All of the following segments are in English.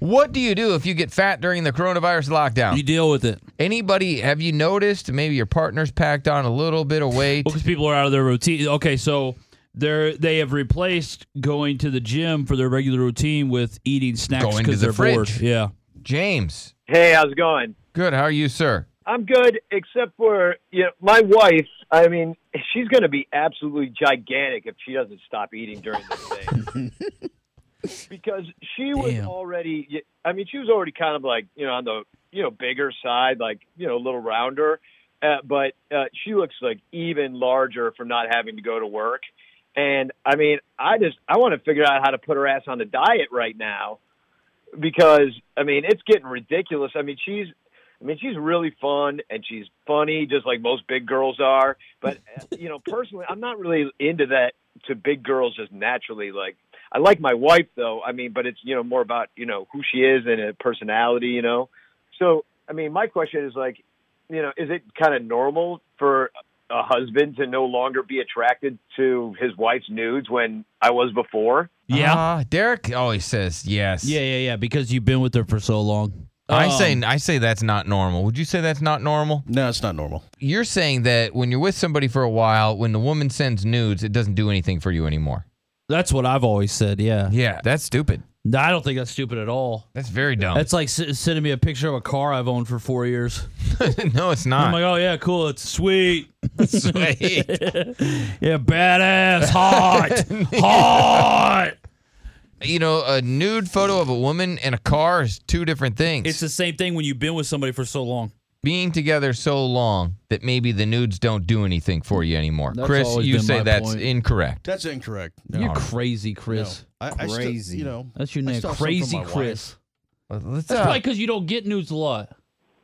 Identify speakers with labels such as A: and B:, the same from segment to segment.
A: What do you do if you get fat during the coronavirus lockdown?
B: You deal with it.
A: Anybody, have you noticed maybe your partner's packed on a little bit of weight?
B: because people are out of their routine. Okay, so they're they have replaced going to the gym for their regular routine with eating snacks
A: Going to
B: because
A: the
B: they're
A: fridge.
B: bored. Yeah.
A: James,
C: Hey, how's it going?
A: good. How are you, sir?
C: I'm good, except for you know, my wife. I mean, she's going to be absolutely gigantic if she doesn't stop eating during this thing. because she was
B: Damn.
C: already, I mean, she was already kind of like you know on the you know bigger side, like you know a little rounder, uh, but uh, she looks like even larger from not having to go to work. And I mean, I just I want to figure out how to put her ass on a diet right now because I mean it's getting ridiculous. I mean she's I mean she's really fun and she's funny just like most big girls are, but uh, you know personally I'm not really into that to big girls just naturally like I like my wife though. I mean but it's you know more about, you know, who she is and a personality, you know. So, I mean my question is like, you know, is it kind of normal for a husband to no longer be attracted to his wife's nudes when I was before?
B: Yeah.
A: Ah, Derek always says yes.
B: yeah, yeah, yeah. Because you've been with her for so long.
A: I
B: Um,
A: say I say that's not normal. Would you say that's not normal?
D: No, it's not normal.
A: You're saying that when you're with somebody for a while, when the woman sends nudes, it doesn't do anything for you anymore.
B: that's what I've always said. Yeah.
A: Yeah, that's stupid.
B: No, I don't think that's stupid at all.
A: That's very dumb.
B: That's like s- sending me a picture of a car I've owned for four years.
A: no, it's
B: I'm
A: not.
B: like, oh yeah, cool. It's sweet.
A: Sweet.
B: Yeah, badass, hot, hot.
A: you know, a nude photo of a woman and a car is two different things.
B: It's the same thing when you've been with somebody for so long.
A: being together so long that maybe the nudes don't do anything for you anymore.
B: That's
A: Chris,
B: always
A: you
B: been
A: say
B: my
A: that's
B: point.
A: incorrect.
D: That's incorrect. No.
B: You're crazy, Chris.
D: I, I still-
E: Crazy.
D: you know,
B: That's your
D: I
B: name,
D: still have some
B: Crazy
D: from my wife.
B: Chris.
A: Let's,
B: That's
A: uh,
B: probably because you don't get nudes a lot.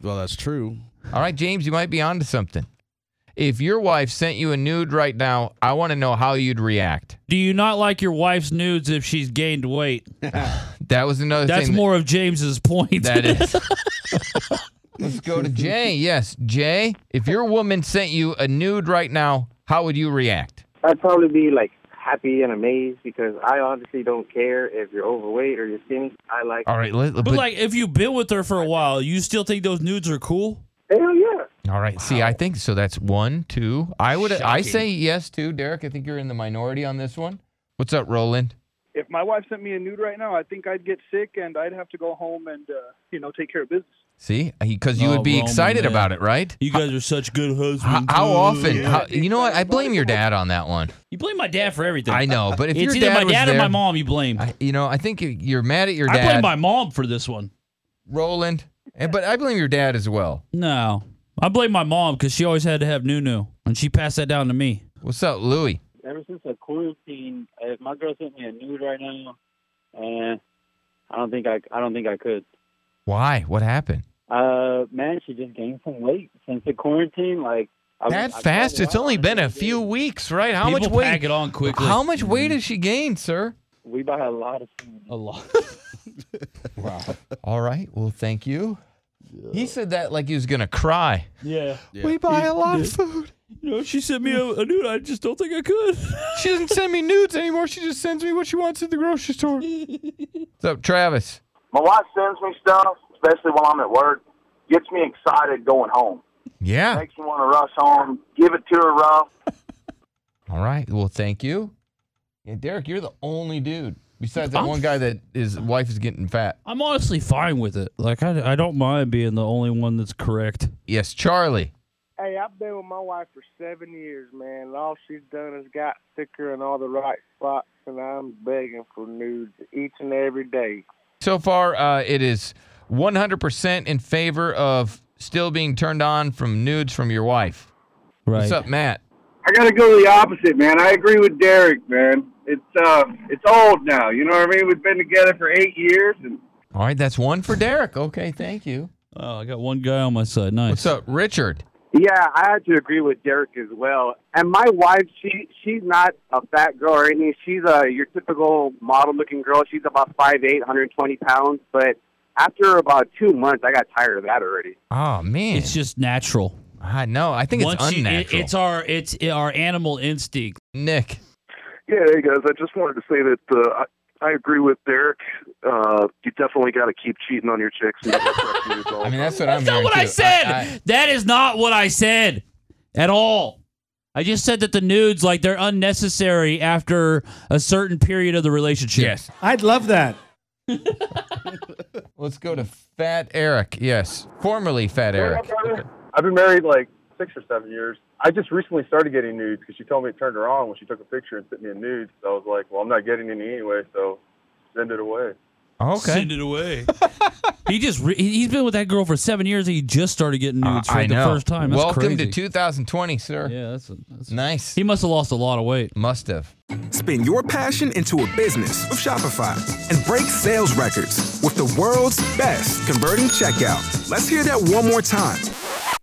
D: Well, that's true.
A: all right, James, you might be onto something. If your wife sent you a nude right now, I want to know how you'd react.
B: Do you not like your wife's nudes if she's gained weight?
A: That was another
B: That's
A: thing. that-
B: more of James's point.
A: That is. Let's go to Jay. Yes, Jay. If your woman sent you a nude right now, how would you react?
F: I'd probably be like happy and amazed because I honestly don't care if you're overweight or you're skinny. I like
A: All right. Let,
B: but
A: but-
B: like, if you've been with her for a while, you still think those nudes are cool?
F: hell yeah.
A: all right. See, I think so. That's one, two. I would. I say yes too, Derek. I think you're in the minority on this one. What's up, Roland?
G: if my wife sent me a nude right now, I think I'd get sick and I'd have to go home and uh, you know take care of business.
A: See, because you
B: Oh,
A: would be
B: Roland,
A: excited
B: man.
A: about it, right?
B: You guys are such good husbands.
A: How, how often?
G: yeah.
A: How, you know what? I blame your dad on that one.
B: You blame my dad for everything.
A: I know, but if
B: it's
A: your
B: either
A: dad
B: my
A: was
B: dad
A: there,
B: or my mom. You blame. I,
A: I, you know, I think you- you're mad at your dad,
B: blame my mom for this one.
A: Roland, and, but I blame your dad as well.
B: No, I blame my mom because she always had to have new new, and she passed that down to me.
A: What's up, Louie?
F: Ever since the quarantine, if my girl sent me a nude right now, and I don't think I, I don't think I could.
A: Why? What happened?
F: Uh, man, she just gained some weight since the quarantine. Like I,
A: that
F: I
A: fast?
F: probably-
A: It's only been a few weeks, right? How
B: People
A: much weight?
B: Pack it on quickly.
A: How much weight has she gained, sir?
F: We buy a lot of food.
B: A lot.
A: All right. Well, thank you. He said that like he was gonna cry.
B: Yeah.
D: Yeah.
A: We buy a lot of food.
B: You know, she sent me a, a nude. I just don't think I could.
A: She doesn't send me nudes anymore. She just sends me what she wants at the grocery store. What's up, Travis?
H: My wife sends me stuff, especially while I'm at work. Gets me excited going home.
A: Yeah.
H: Makes me want to rush home. Give it to her rough.
A: All right. Well, thank you. Yeah, Derek, you're the only dude besides that
B: I'm-
A: one guy that his wife is getting fat.
B: I'm honestly fine with it. Like, I, I don't mind being the only one that's correct.
A: Yes, Charlie.
G: Hey, I've been with my wife for seven years, man. And all she's done is got thicker in all the right spots, and I'm begging for nudes each and every day.
A: So far, uh, it is 100% in favor of still being turned on from nudes from your wife.
B: Right.
A: What's up, Matt?
H: I gotta go the opposite, man. I agree with Derek, man. It's uh, it's old now. You know what I mean? We've been together for eight years, and
A: All right, that's one for Derek. Okay, thank you.
B: Oh, I got one guy on my side. Nice.
A: What's up, Richard?
F: Yeah, I had to agree with Derek as well. And my wife, she she's not a fat girl or anything. She's a your typical model looking girl. She's about five eight, hundred twenty pounds. But after about two months, I got tired of that already.
B: Ah,
A: Oh, man.
B: It's just natural.
A: I know. I think it's
B: you- it-
A: unnatural.
B: it's our it's our animal instinct.
A: Nick.
H: yeah, hey guys, I just wanted to say that uh, I
E: I agree with Derek. Uh, you definitely got to keep cheating on your chicks. And
A: I
E: I
A: mean, that's what I'm
B: That's not
A: hearing,
B: what I
A: too.
B: said.
A: I- I-
B: that is not what I said at all. I just said that the nudes, like, they're unnecessary after a certain period of the relationship.
A: yes.
I: I'd love that.
A: Let's go to Fat Eric. Yes. Formerly Fat Eric.
H: I've been married like six or seven years. I just recently started getting nudes because she told me it turned her on when she took a picture and sent me a nude. So I was like, well, I'm not getting any anyway, so send it away.
A: Okay.
B: Send it away. he just re- he- he's been with that girl for seven years. and He just started getting nudes for
A: Uh, I
B: like, the
A: know.
B: first time. That's
A: Welcome
B: crazy.
A: to 2020, sir.
B: Yeah, that's, that's
A: Nice.
B: he must have lost a lot of weight.
A: Must have.
J: Spin your passion into a business with Shopify and break sales records with the world's best converting checkout. Let's hear that one more time.